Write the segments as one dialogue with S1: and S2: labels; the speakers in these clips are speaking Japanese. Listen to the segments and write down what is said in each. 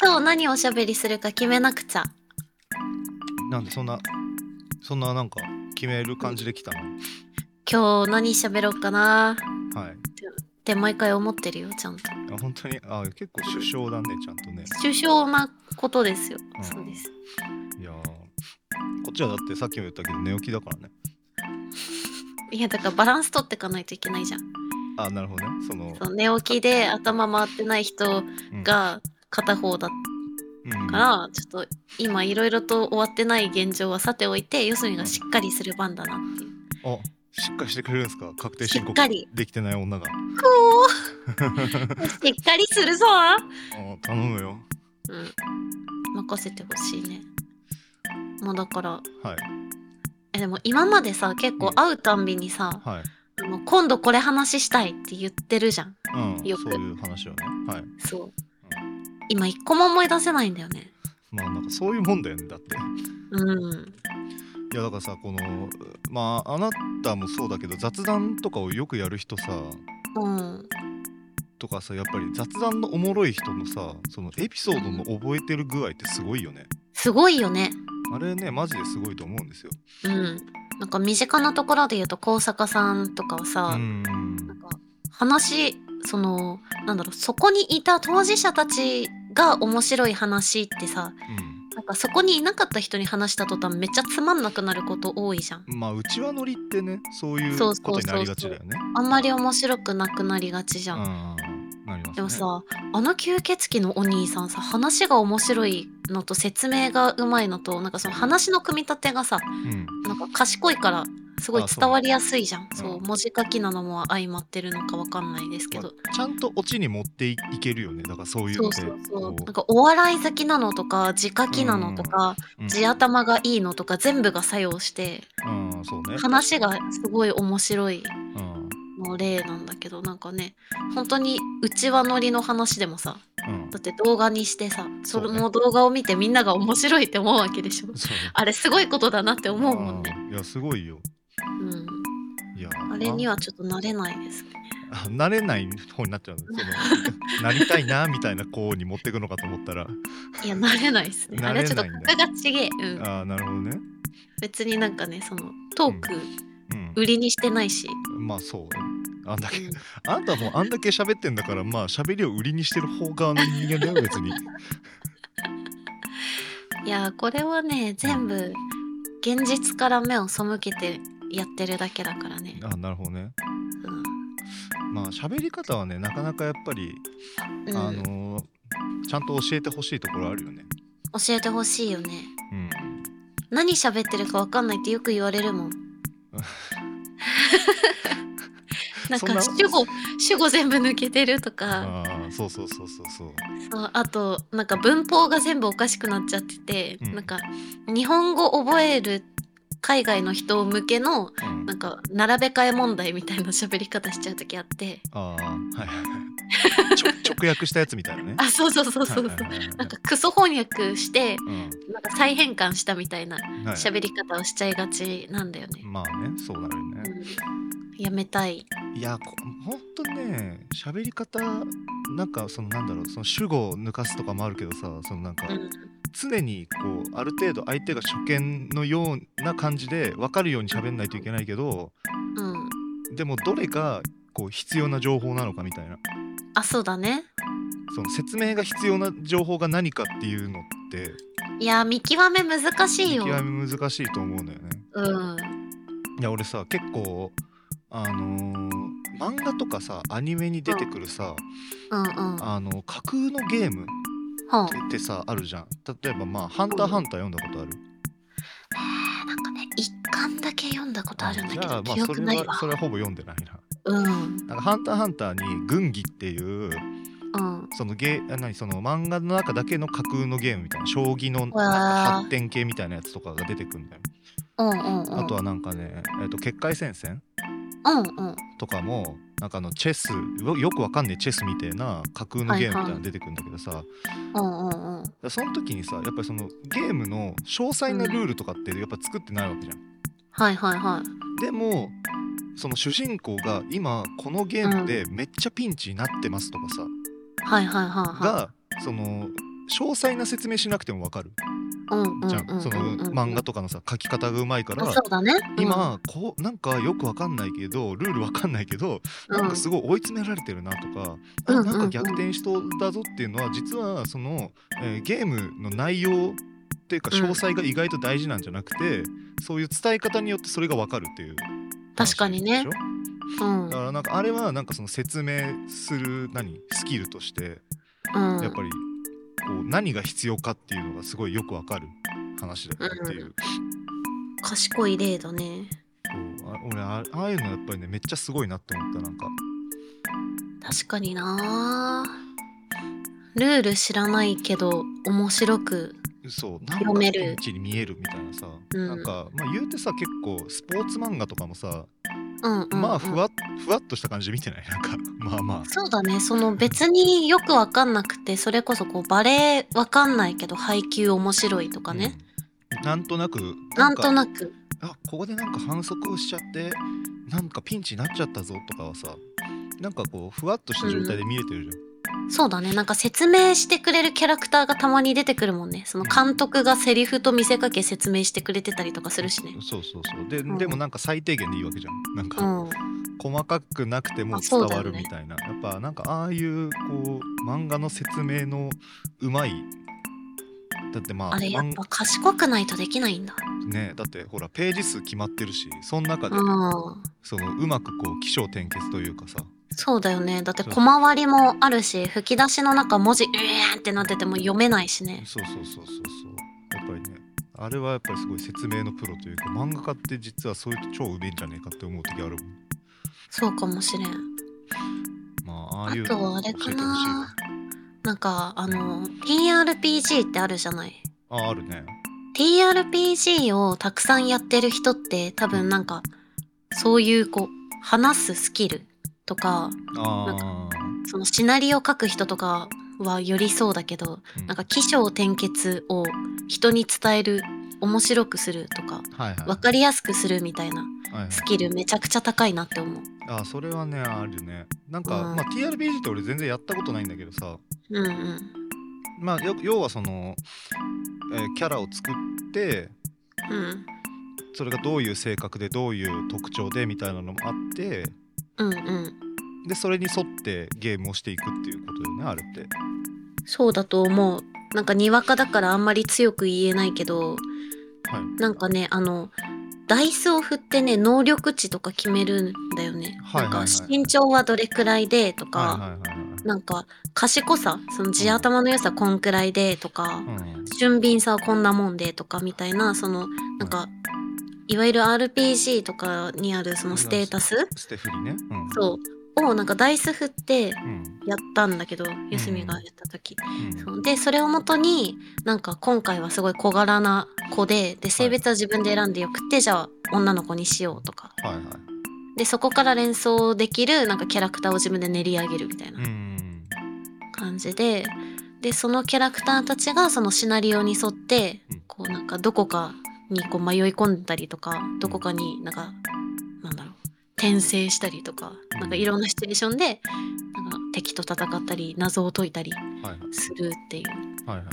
S1: 今日何おしゃべりするか決めなくちゃ。
S2: なんでそんなそんななんか決める感じできたの
S1: 今日何喋ろうかな
S2: はい
S1: って毎回思ってるよ、ちゃんと。
S2: あ本当にあ結構首相だねちゃんとね
S1: 首相なことですよ。
S2: うん
S1: そうです。
S2: いやーこっちはだってさっきも言ったけど寝起きだからね
S1: いや、だからバランス取ってかないといけないじゃん。
S2: あなるほどねその
S1: そう寝起きで頭回ってない人が片方だった
S2: うん
S1: から、ちょっと今いろいろと終わってない現状はさておいて、四隅がしっかりする番だなっていう。
S2: あしっかりしてくれるんですか確定
S1: し
S2: 申
S1: っ
S2: 告
S1: かり
S2: できてない女が
S1: こうしっかりするぞ
S2: あ頼むよ
S1: うん。任せてほしいね。もうだから、
S2: はい
S1: えでも今までさ、結構会うたんびにさ、
S2: はい
S1: あの今度これ話したいって言ってるじゃん。
S2: うん
S1: よく
S2: そういう話をねはい
S1: そう。今一個も思い出せないんだよね。
S2: まあなんかそういうもんだよねだって
S1: うん。
S2: いやだからさこのまああなたもそうだけど雑談とかをよくやる人さ
S1: うん。
S2: とかさやっぱり雑談のおもろい人のさそのエピソードの覚えてる具合ってすごいよね
S1: すごいよね。
S2: あれねマジですごいと思うんですよ
S1: うん。なんか身近なところで言うと高坂さんとかは
S2: う
S1: さ、
S2: ん
S1: なんか話そのなんだろうそこにいた当事者たちが面白い話ってさなんかそこにいなかった人に話した途端めっちゃつまんなくなること多いじゃん
S2: うんまあうちわ乗りってねそういう
S1: そう
S2: こ
S1: そうそうそう
S2: とになりがちだよね
S1: あんまり面白くなくなりがちじゃん、
S2: うんなりますね
S1: でもさあの吸血鬼のお兄さんさ話が面白いのと説明がうまいのとなんかその話の組み立てがさ
S2: うん
S1: なんか賢いからすごい
S2: あそう
S1: 伝わりやすいじゃんそう
S2: うん
S1: 文字書きなのも相まってるのかわかんないですけど、
S2: まあちゃんとオチに持っていいけるよねだからそういう
S1: そ
S2: の
S1: う
S2: で
S1: そうそうなん
S2: こ
S1: かお笑い好きなのとか字書きなのとか、
S2: ううん
S1: 字頭がいいのとか全部が作用して
S2: うんそうね
S1: 話がすごい面白い
S2: うん
S1: の例なんだけどなんかね本当にうちわ乗りの話でもさ
S2: うん
S1: だって動画にしてさそ
S2: そうね
S1: の動画を見てみんなが面白いって思うわけでしょ
S2: そうね
S1: あれすごいことだなって思うもんね、
S2: うんいやすごいよ
S1: うん、
S2: いや
S1: あれにはちょっと慣れないですね
S2: あ慣れない方になっちゃうねその なりたいなみたいな子に持っていくのかと思ったら
S1: いや慣れないですねあれはちょっと
S2: 慣れないんだ
S1: 格がちげえ、うん、
S2: ああなるほどね
S1: 別になんかねそのトーク
S2: うん
S1: 売りにしてないし、
S2: まあそうあんだけ
S1: うん
S2: あんたもうあんだけ喋ってんだからまあ喋りを売りにしてる方側の人間だよ別に
S1: いやーこれはね全部現実から目を背けてやってるだけだからね、
S2: あなるほどね
S1: うん
S2: まあ喋り方はねなかなかやっぱり、
S1: うん
S2: あのーちゃんと教えてほしいところあるよね
S1: 教えてほしいよね
S2: うん
S1: 何喋ってるかわかんないってよく言われる もんなん
S2: そん
S1: か
S2: な
S1: 主語主語全部抜けてるとか
S2: ああそうそうそうそうそう
S1: そうあとなんか文法が全部おかしくなっちゃってて、
S2: うん
S1: なんか日本語覚える海外の人向けの
S2: うん
S1: なんか並べ替え問題みたいな喋り方しちゃう時あって
S2: ああはいはいはいちょ直訳したやつみたいなね
S1: あそうそうそうそうそう
S2: はいはいはいはい
S1: なんかクソ翻訳して
S2: うん
S1: なんか再変換したみたいな
S2: はい
S1: 喋り方をしちゃいがちなんだよね。
S2: まあねそうなるよね、
S1: うんやめたい。
S2: いやこほんとね喋り方なんかそのなんだろうその主語を抜かすとかもあるけどさそのなんか
S1: うん
S2: 常にこうある程度相手が初見のような感じで分かるように喋んないといけないけど
S1: うん、
S2: でもどれがこう必要な情報なのかみたいな
S1: あそうだね。
S2: その説明が必要な情報が何かっていうのって
S1: いや見極め難しい
S2: 見
S1: よ。
S2: 極め難しいと思うんだよね。
S1: うん
S2: いや俺さ結構あのー漫画とかさアニメに出てくるさ、
S1: うんうん。
S2: あの架空のゲーム
S1: ほう
S2: ってさあるじゃん例えばまあ「ハンターハンター」読んだことある
S1: なんかね一巻だけ読んだことあるんだけ
S2: じゃ
S1: ど
S2: あまあ
S1: 記
S2: そ
S1: 憶
S2: れ
S1: ないわ
S2: は。それはほぼ読んでないな
S1: うん
S2: なんか「ハンターハンター」に「軍技」っていう
S1: うん
S2: そのゲーあ何その漫画の中だけの架空のゲームみたいな将棋のなんか
S1: わー
S2: 発展系みたいなやつとかが出てくるんだよ
S1: うんうんうん。
S2: あとはなんかね「えっと結界戦線
S1: うんうん」
S2: とかもなんかあのチェスよよくわかんねえチェスみたいな架空のゲームみたいなの出てくるんだけどさ、
S1: うんうんうん。
S2: だからその時にさやっぱりそのゲームの詳細なルールとかってやっぱ作ってないわけじゃん
S1: はいはいはい。
S2: でもその主人公が今このゲームでめっちゃピンチになってますとかさ、
S1: はいはいはいはい。
S2: がその詳細な説明しなくてもわかる
S1: うんうんうん
S2: じゃん、
S1: うんうん
S2: その漫画とかのさ書き方がうまいから
S1: あそうだね
S2: 今こうなんかよくわかんないけどルールわかんないけど
S1: うん
S2: なんかすごい追い詰められてるなとか、あ
S1: うん
S2: なんか逆転しとだぞっていうのは実はその、えーゲームの内容っていうか
S1: うん
S2: 詳細が意外と大事なんじゃなくて、そういう伝え方によってそれが分かるっていう
S1: 確かにね
S2: 話でしょ
S1: うんうん
S2: だからなんかあれはなんかその説明する何スキルとして
S1: うん
S2: やっぱりこう何が必要かっていうのがすごいよく分かる話だよねっていう、
S1: 賢い例だね
S2: そうあ俺あああいうのやっぱりねめっちゃすごいなって思ったなんか
S1: 確かになルール知らないけど面白く
S2: そうなんか
S1: 読める
S2: うちに見えるみたいなさ、
S1: うん
S2: なんか、まあ、言うてさ結構スポーツ漫画とかもさ、
S1: うんうん、うん、
S2: まあふわっふわっとした感じで見てないなんかまあま
S1: そうだねその別によくわかんなくてそれこそこうバレエわかんないけど配球面白いと
S2: あ、
S1: かね、
S2: うんなんとなく
S1: なんと
S2: く
S1: なく
S2: あここでなんか反則をしちゃってなんかピンチになっちゃったぞとかはさなんかこうふわっとした状態で見れてるじ
S1: そうだねなんか説明してくれるキャラクターがたまに出てくるもんねその監督がセリフと見せかけ説明してくれてたりとかするし
S2: ゃん、
S1: ね
S2: そうそうそうで、
S1: ん
S2: でもなんか最低限でいいわけじゃんなんか、
S1: うん
S2: 細かくなくても
S1: あ
S2: 伝
S1: そうだ
S2: わ
S1: よ
S2: る
S1: ね
S2: みたいな、やっぱなんかああいうこう漫画の説明のうまいだってまあ
S1: あれやっ
S2: 漫
S1: ぱ賢くないとできないんだ
S2: ねだってほらページ数決まってるしその中で、
S1: うん
S2: そのうまくこう起承転結というかさ
S1: そうだよねだって小回りもあるし吹き出しの中文字うえーってなってても読めないしね
S2: そうそうそうそうそうやっぱりねあれはやっぱりすごい説明のプロというか漫画家って実はそういうと超うめえんじゃねえかって思う時あるもん
S1: そうかもしれん
S2: まあああいう
S1: あとはあれかな
S2: 教えてほしいわ
S1: なんかあの TRPG ってあるじゃない
S2: ああるね
S1: TRPG をたくさんやってる人って多分なんかそういうこう話すスキルとか
S2: ああ
S1: そのシナリオ書く人とかはよりそうだけどなんか起承転結を人に伝える面白くするとか
S2: はいはい
S1: 分かりやすくするみたいな
S2: はいはい
S1: スキルめちゃくちゃ高いなって思う。
S2: あそれはねあるねなんか、
S1: うん
S2: まあ TRPG って俺全然やったことないんだけどさ
S1: うんうん
S2: まあよ要はその、えーキャラを作って
S1: うん
S2: それがどういう性格でどういう特徴でみたいなのもあって
S1: うんうん
S2: でそれに沿ってゲームをしていくっていうことだよねあれって
S1: そうだと思うなんかにわかだからあんまり強く言えないけど、
S2: はい
S1: なんかねあのダイスを振ってね能力値とか決めるんだよね、
S2: はいはいはい
S1: なんか身長はどれくらいでとか、
S2: はいはいはいはい
S1: なんか賢さその地頭の良さこんくらいでとか、
S2: うん
S1: 俊敏さはこんなもんでとかみたいなそのなんか、いわゆる RPG とかにあるそのステータス
S2: ステフリねうん
S1: そうをなんかダイス振って
S2: うん
S1: やったんだけどゆすみがやった時、
S2: うん
S1: そうでそれをもとになんか今回はすごい小柄な子でで性別は自分で選んでよくてじゃあ女の子にしようとか
S2: はいはい
S1: でそこから連想できるなんかキャラクターを自分で練り上げるみたいな
S2: うん
S1: 感じででそのキャラクターたちがそのシナリオに沿って
S2: うん
S1: こうなんかどこかにこう迷い込んだりとかどこかになんかなんだろう転生したりとか
S2: うん
S1: なんかいろんなシチュエーションでなんか敵と戦ったり謎を解いたり
S2: はいはい
S1: するっていう
S2: はいはいは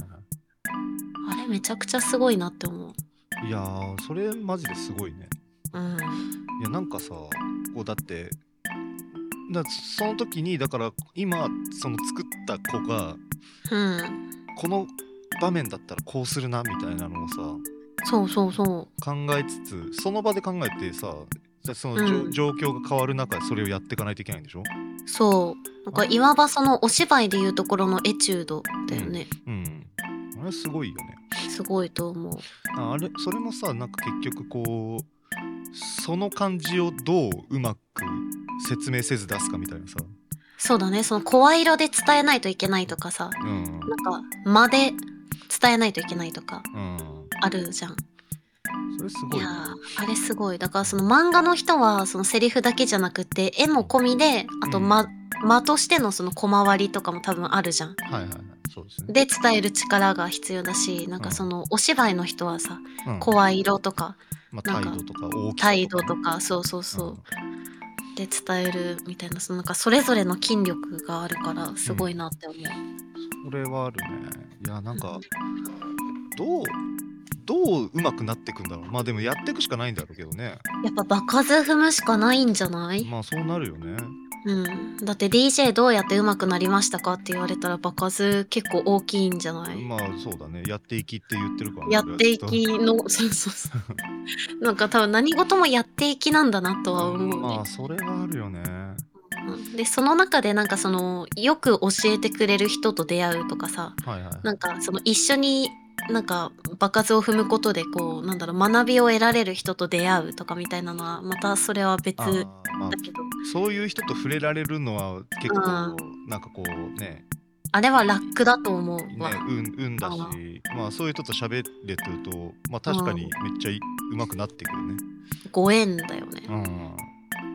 S1: あれめちゃくちゃすごいなって思う。
S2: いいやーそれマジですごいね
S1: うん
S2: いやなんかさこうだってだその時にだから今その作った子が
S1: うん、
S2: この場面だったらこうするなみたいなのをさ
S1: そうそうそ
S2: 考えつつその場で考えてさじゃあそのじょ、
S1: うん
S2: 状況が変わる中でそれをやっていかないといけないんでしょ、
S1: うそうなんかいわばそのお芝居でいうところのエチュードだよね、
S2: うん、あれすごいよね
S1: すごいと思う
S2: ああれそれもさなんか結局こうその感じをどううまく説明せず出すかみたいなさ、
S1: そうだねその声色で伝えないといけないとかさ
S2: う
S1: な
S2: ん
S1: んか間で伝えないといけないとか
S2: うん、
S1: あるじゃん
S2: それす
S1: い
S2: ごい
S1: や
S2: ね
S1: ーあれすごいだからその漫画の人はそのセリフだけじゃなくて絵も込みであと間,、間としてのその小回りとかも多分あるじゃん
S2: はいはいはいそうですね
S1: で伝える力が必要だしなんかそのお芝居の人はさ
S2: うん
S1: 声色とか
S2: まあ、
S1: なんか
S2: 態度とか大きさ
S1: 態度とかそうそうそうで伝えるみたいなそのなんかそれぞれの筋力があるからすごいなって思う、
S2: うん、これはあるねいやなんかどうどううまくなっていくんだろうまあでもやっていくしかないんだろうけどね
S1: やっぱ場数踏むしかないんじゃない、
S2: まあそうなるよね
S1: うん、だって DJ どうやって上手くなりましたかって言われたら場数結構大きいんじゃない、
S2: まあそうだねやっていきって言ってるからね
S1: やってい
S2: 俺はず
S1: きのそうそうそうなんか多分何事もやっていきなんだなと
S2: と
S1: は思うね
S2: まあそれはあるよね
S1: うんでその中でなんかそのよく教えてくれる人と出会うとかさ
S2: はいはい
S1: なんかその一緒になんか場数を踏むことでこうなんだろう学びを得られる人と出会うとかみたいなのはまたそれは別
S2: あ
S1: だ
S2: ーまあ
S1: けど
S2: そういう人と触れられるのは結構なんかこうね
S1: あれはラックだと思
S2: ね
S1: うわ、
S2: 運運だ
S1: あ
S2: しまあそういう人と喋れてるとまあ確かにめっちゃいうまくなってくるね
S1: ご縁だよね
S2: う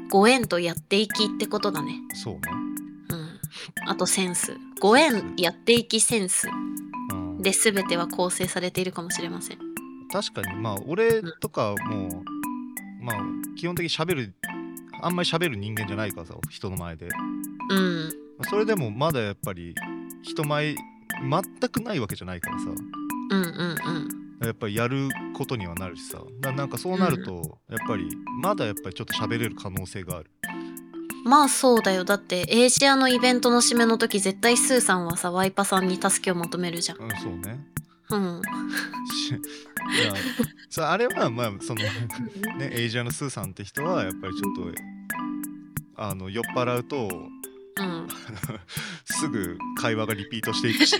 S2: ん
S1: ご縁とやっていきってことだね
S2: そうね
S1: うんあとセンスご
S2: セン
S1: 縁
S2: ス
S1: やっていきセンス
S2: うん
S1: で全ては構成されているかもしれません
S2: 確かにまあ俺とかもうまあ基本的に喋るあんまり喋る人間じゃないからさ人の前で
S1: うん
S2: それでもまだやっぱり人前全くないわけじゃないからさ
S1: うんうん
S2: やっぱりやることにはなるしさだなんかそうなるとやっぱりまだやっぱりちょっと喋れる可能性がある
S1: うんまあそうだよだってエイジアのイベントの締めの時絶対スーさんはさワイパさんに助けを求めるじゃん
S2: うんそうね
S1: うん
S2: しいやそれあれはまあそのねエイジアのスーさんって人はやっぱりちょっとあの酔っ払うと
S1: うん
S2: すぐ会話がリピートしてい くし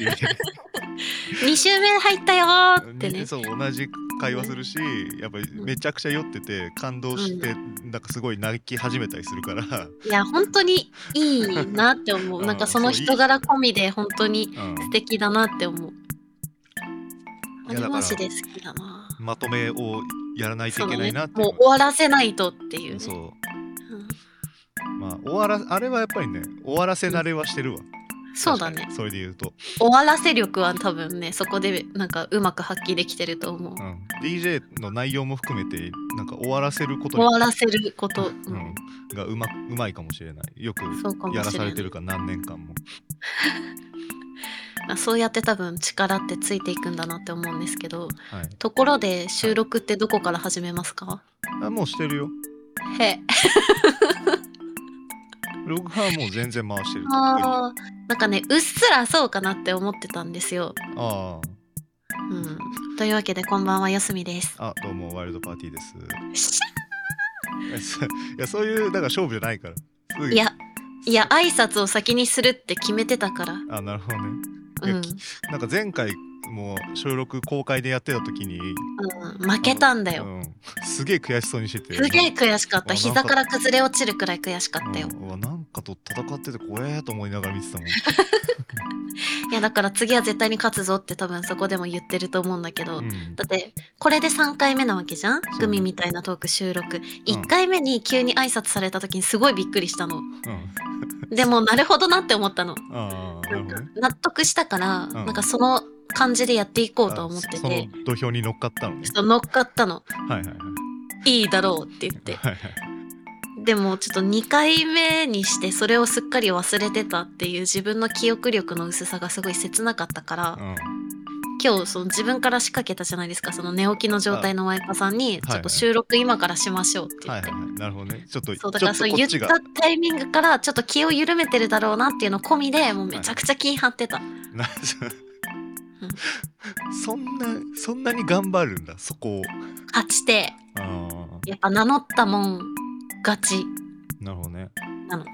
S1: 2周目入ったよーってね
S2: にそう同じ会話するしやっぱりめちゃくちゃ酔ってて感動して、なんかすごい泣き始めたりするから、
S1: いや本当にいいなって思
S2: う
S1: うんなんかその人柄込みで本当に
S2: うん
S1: 素敵だなって思う
S2: い
S1: あ
S2: や
S1: れ
S2: だか
S1: マジ
S2: ら
S1: で好きだな
S2: まとめをやらないと
S1: そ
S2: いけ
S1: の
S2: ない
S1: ね
S2: なってい
S1: もう終わらせないとっていう,、ね
S2: そう
S1: うん
S2: まあ終わらあれはやっぱりね終わらせ慣れはしてるわ、
S1: そうだ
S2: 確か
S1: ね
S2: にそれで言うと、
S1: 終わらせ力は多分ねそこでなんかうまく発揮できてると思う
S2: うん DJ の内容も含めてなんか終わらせること
S1: 終
S2: に
S1: わらせること、う
S2: うんん、がうまうまいかもしれないよく
S1: そうかも
S2: やら
S1: し
S2: さ
S1: れ
S2: れ
S1: な
S2: て
S1: い
S2: るから何年間も
S1: あそうやって多分力ってついていくんだなって思うんですけど
S2: はい
S1: ところで収録ってどこから始めますか、
S2: あもうしてるよ
S1: へ
S2: ログハはもう全然回してるとっくにあ
S1: あーなんかねうっすらそうかなって思ってたんですよ、
S2: あ
S1: うん、というわけでこんばんはよすみです
S2: あどうもワイルドパーティーです
S1: し
S2: えそいやそういうだから勝負じゃないからすぐ
S1: いやいや挨拶を先にするって決めてたから
S2: あなるほどね
S1: うん、うん、
S2: なんか前回も収録公開でやってた時に
S1: 負けたんだよ
S2: うん、すげえ悔しそうにしてて
S1: すげえ悔しかった
S2: あなんか
S1: 膝から崩れ落ちるくらい悔しかったよ、
S2: うんうわなんかと戦ってて怖えと思いながら見てたもん
S1: いやだから次は絶対に勝つぞって多分そこでも言ってると思うんだけ ど、
S2: うん
S1: だってこれで3回目なわけじゃん
S2: そう
S1: グミみたいなトーク収録1回目に急に挨拶された時にすごいびっくりしたの、
S2: うん
S1: でもなるほどなって思ったの
S2: ああ
S1: な
S2: なる
S1: ん
S2: ほど
S1: か
S2: ね
S1: 納得したから、
S2: ん
S1: なんかその感じでやっていこうとは思って
S2: あそ
S1: て
S2: の土俵に乗っかったの
S1: ち
S2: ね
S1: ょっと乗っかったの
S2: はいはいはい
S1: いいだろうって言って
S2: はいはい
S1: でもちょっと2回目にしてそれをすっかり忘れてたっていう自分の記憶力の薄さがすごい切なかったから、今日その自分から仕掛けたじゃないですかその寝起きの状態のワイパーさんに
S2: あ
S1: ちょっと収録今からしましょうって
S2: う
S1: 言
S2: んは
S1: っ
S2: い
S1: て、
S2: はいはいなるほどねちょっと
S1: そうだから
S2: ち
S1: そう
S2: ょっとこ
S1: 言
S2: っ
S1: っ
S2: ちが
S1: たタイミングからちょっと気を緩めてるだろうなっていうの込みでもうめちゃくちゃ気張ってた、
S2: な そんなそんなに頑張るんだそこを
S1: 勝ちて
S2: あー
S1: やっぱ名乗ったもん勝ち
S2: なるほどね
S1: なの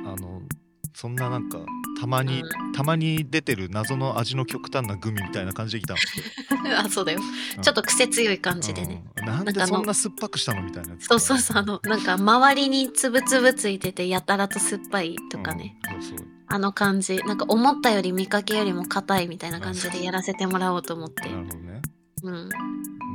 S2: あのそんななんかたまに、
S1: う
S2: たまに出てる謎の味の極端なグミみたいな感じできたの
S1: んあそうだよ
S2: うん
S1: ちょっと癖強い感じでね、
S2: うんなん
S1: なん
S2: で
S1: かあの
S2: そんな酸っぱくしたのみたいなやつ
S1: そうそうそうあのなんか周りにつぶつぶついててやたらと酸っぱいとかね、、
S2: うんそうそう
S1: あの感じなんか思ったより見かけよりも硬いみたいな感じでやらせてもらおうと思って
S2: な、るほどね、
S1: うん、
S2: ま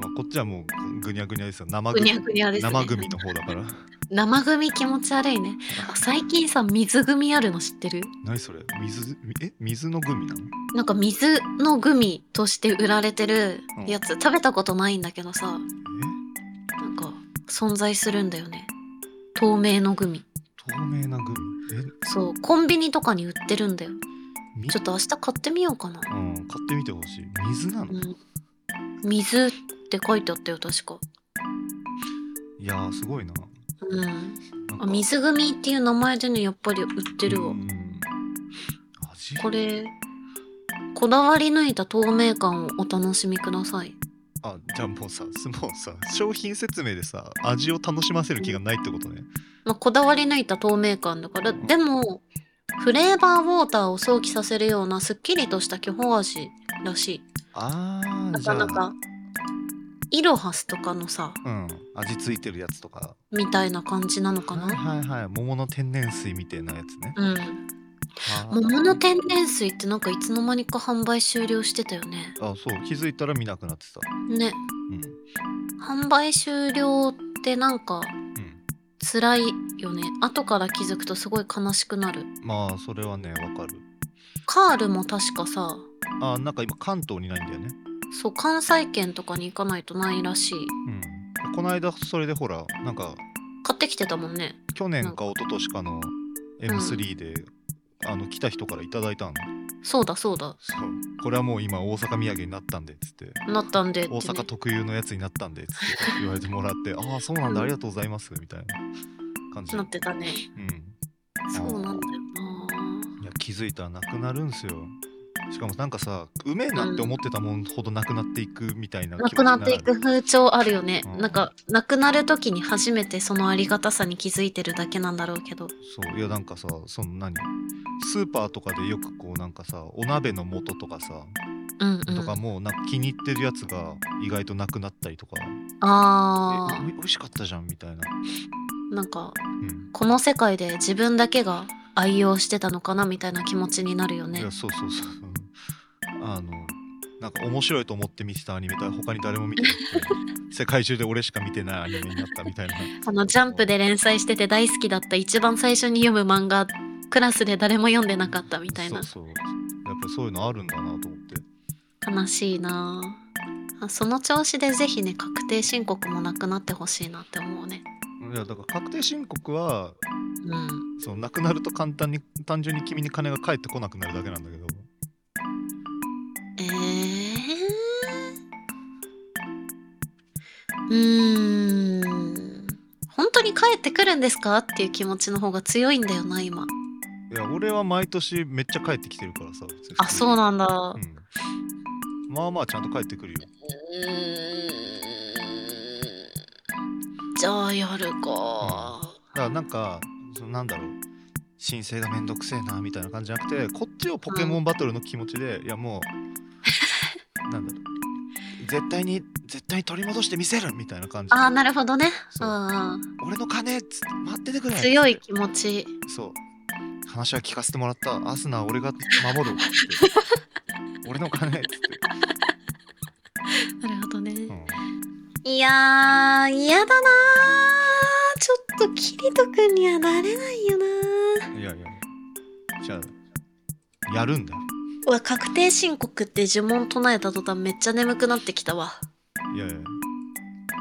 S2: あ、こっちはもうぐにゃぐにゃですよ生
S1: ぐ
S2: グ
S1: に
S2: ミ
S1: ゃぐにゃですね
S2: 生グミの方 だから
S1: 生組気持ち悪いねあ最近さ水組あるの知ってる
S2: 何それ水え水のグミなの
S1: なんか水のグミとして売られてるやつ、食べたことないんだけどさなんか存在するんだよね透明のグミ
S2: え透明なグミえ
S1: そうコンビニとかに売ってるんだよ
S2: み
S1: ちょっと明日買ってみようかな。
S2: うん、買ってみてほしい水なの、
S1: う
S2: い
S1: ん、水って書いてあったよ確か。
S2: やーすごいな
S1: うん、
S2: なん
S1: あ
S2: か
S1: 水組っていう名前でねやっぱり売ってるわ。
S2: うんうん味
S1: これこだわり抜いた透明感をお楽しみください。
S2: あじゃあもうさすもうさ商品説明でさ味を楽しませる気がないってことね
S1: まあ、こだわり抜いた透明感だから
S2: うん
S1: でもフレーバーウォーターを想起させるようなすっきりとした巨峰味らしい。
S2: あー
S1: な
S2: じゃ
S1: か
S2: あ
S1: なかイロハスとかのさ
S2: うん味ついてるやつとか
S1: みたいな感じなのかな。
S2: はいはいはい桃の天然水みたいなやつね
S1: うん、
S2: あー
S1: 桃の天然水ってなんかいつの間にか販売終了してたよね。
S2: あそう気づいたら見なくなってた
S1: ね
S2: うん
S1: 販売終了ってなんか
S2: うん
S1: 辛いよね後から気づくとすごい悲しくなる
S2: まあそれはねわかる
S1: カールも確かさ
S2: あーなんか今関東にないんだよね
S1: そう関西圏とかに行かないとないらしい
S2: うんこの間それでほらなんか
S1: 買ってきてたもんね
S2: 去年か一昨年かの M3 で、あの来た人からいただいたの
S1: そうだそうだ
S2: そうこれはもう今大阪土産になったんでっつって
S1: なったんでって、ね、
S2: 大阪特有のやつになったんでっつって言われてもらってああそうなんだありがとうございますみたいな感じ
S1: なってたね
S2: うん
S1: そうなんだよ
S2: いや気づいたらなくなるんすよしかもなんかさうめえなって思ってたもんほどなくなっていくみたいな
S1: なな
S2: 気持ち
S1: く
S2: に
S1: な
S2: な
S1: ってい
S2: る
S1: く風潮あるよね、
S2: うん
S1: なんかなくなる時に初めてそのありがたさに気づいてるだけなんだろうけど
S2: そういやなんかさその何スーパーとかでよくこうなんかさお鍋の素とかさ
S1: うんう
S2: とか
S1: ん
S2: もうなんか気に入ってるやつが意外となくなったりとか、
S1: あ
S2: えおい美味しかったじゃんみたいな、
S1: ーなんか
S2: うん
S1: この世界で自分だけが愛用してたのかなみたいな気持ちになるよ
S2: い
S1: ね
S2: や。そうそうそううんあのなんか面白いと思って見てたアニメとは他に誰も見て なくて世界中で俺しか見てないアニメになったみたいな
S1: あのジャンプで連載してて大好きだった一番最初に読む漫画クラスで誰も読んでなかったみたいな
S2: そうそうやっぱりそういうのあるんだなと思って
S1: 悲しいなあその調子でぜひね確定申告もなくなってほしいなって思うね。
S2: いやだから確定申告は
S1: うん、
S2: そのなくなると簡単に単純に君に金が返ってこなくなるだけなんだけど
S1: えー、うーん本当に帰ってくるんですかっていう気持ちの方が強いんだよな今。
S2: いや俺は毎年めっちゃ返ってきてるからさ
S1: あそうなんだ。
S2: うん、まあまあちゃんと帰ってくるよ
S1: うーんじゃあやるか。
S2: だからなんかそのなんだろう申請がめんどくせえなみたいな感じじゃなくてこっちをポケモンバトルの気持ちで、いや もうなんだろう絶対に絶対に取り戻してみせるみたいな感じ
S1: ああ、なるほどね。
S2: そう
S1: あ
S2: 俺の金っつって待っててく
S1: あ、
S2: れ
S1: 強い気持ち。
S2: そう話は聞かせてもらったアスナは俺が守るわって 俺の金っつって、
S1: なるほどね。
S2: うん、
S1: いやー、嫌だなー。ちょっとキリト君にはなれないよない
S2: やいやじゃあやるんだよ
S1: ー。うわ、確定申告って呪文唱えた途端めっちゃ眠くなってきたわ。
S2: いやいや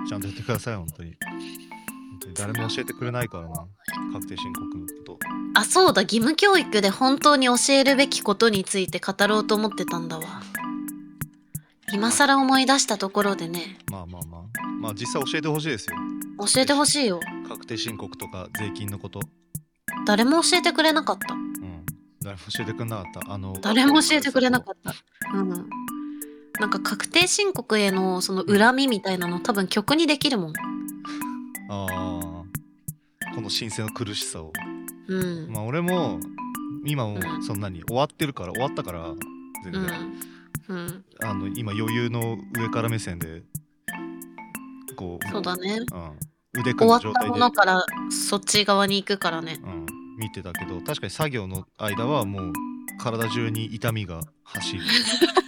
S2: ちゃんとやってください本当に本当に誰も教えてくれないからな確定申告のこと
S1: あ、そうだ、義務教育で本当に教えるべきことについて語ろうと思ってたんだわ。今更思い出したところでね、
S2: まあまあまあまあ実際教えてほしいですよ
S1: 教えてほしいよ。
S2: 確定申告とか税金のこと
S1: 誰も教えてくれなかった。
S2: うん誰も教えてくれなかったあの
S1: 誰も教えてくれなかった。うん。なんか確定申告へのその恨みみたいなの多分曲にできるもん。
S2: あーこの申請の苦しさを
S1: うん。
S2: まあ俺も今も
S1: うん
S2: そんなに終わってるから終わったから全
S1: う
S2: 然、
S1: ん。うん。
S2: あの今余裕の上から目線でこう
S1: そうだね。
S2: うん、腕
S1: 終
S2: 組ん
S1: わっ
S2: だ状
S1: た
S2: 態
S1: も
S2: で
S1: のからそっち側に行くからね。
S2: うん、見てたけど確かに作業の間はもう体中に痛みが走る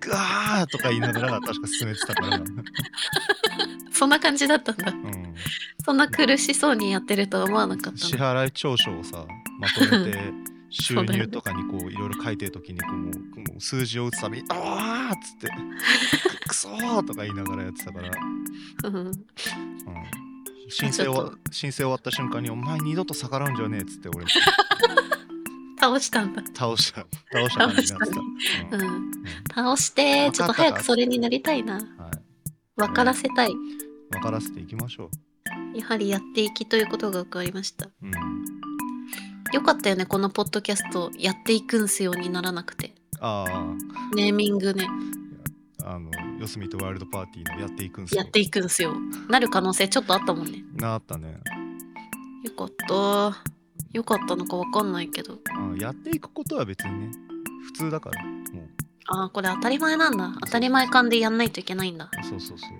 S2: ぐわーとか言いながら確か進めてたから、う
S1: そんな感じだったんだ。
S2: ん、
S1: そんな苦しそうにやってるとは思わなかっ
S2: 支
S1: たな。
S2: 払い調書をさまと めて収
S1: そうだよ
S2: 入
S1: ね
S2: とかにこういろいろ書いてる時にこうもうもう数字を打つたびに「あー!」っつって「くくそー!」とか言いながらやってたから、うん、
S1: うん
S2: 申請
S1: ちょっ
S2: を
S1: と
S2: 申請終わった瞬間に「お前二度と逆らうんじゃねえ」っつって俺
S1: 倒したんだ。
S2: 倒 した倒した感じになってた、
S1: う
S2: うん
S1: ん。倒して、ちょっと早くそれになりたいな。
S2: はい、
S1: 分からせたい。
S2: 分からせていきましょ
S1: やはりやっていきということが分かりました。
S2: う、うん、
S1: よかったよね、このポッドキャスト、やっていくんすよにならなくて。
S2: あ
S1: ネーミングね、
S2: ああの四隅とワイルドパーティーのやっていくんすよ
S1: やっていくんすよ。なる可能性ちょっとあったもんね。
S2: なあったね
S1: よかった。よかったのか分かんないけど。
S2: あやっていくことは別にね普通だからもう
S1: ああ、これ当たり前なんだ。当たり前感でやんないといけないんだ。
S2: そうそうそう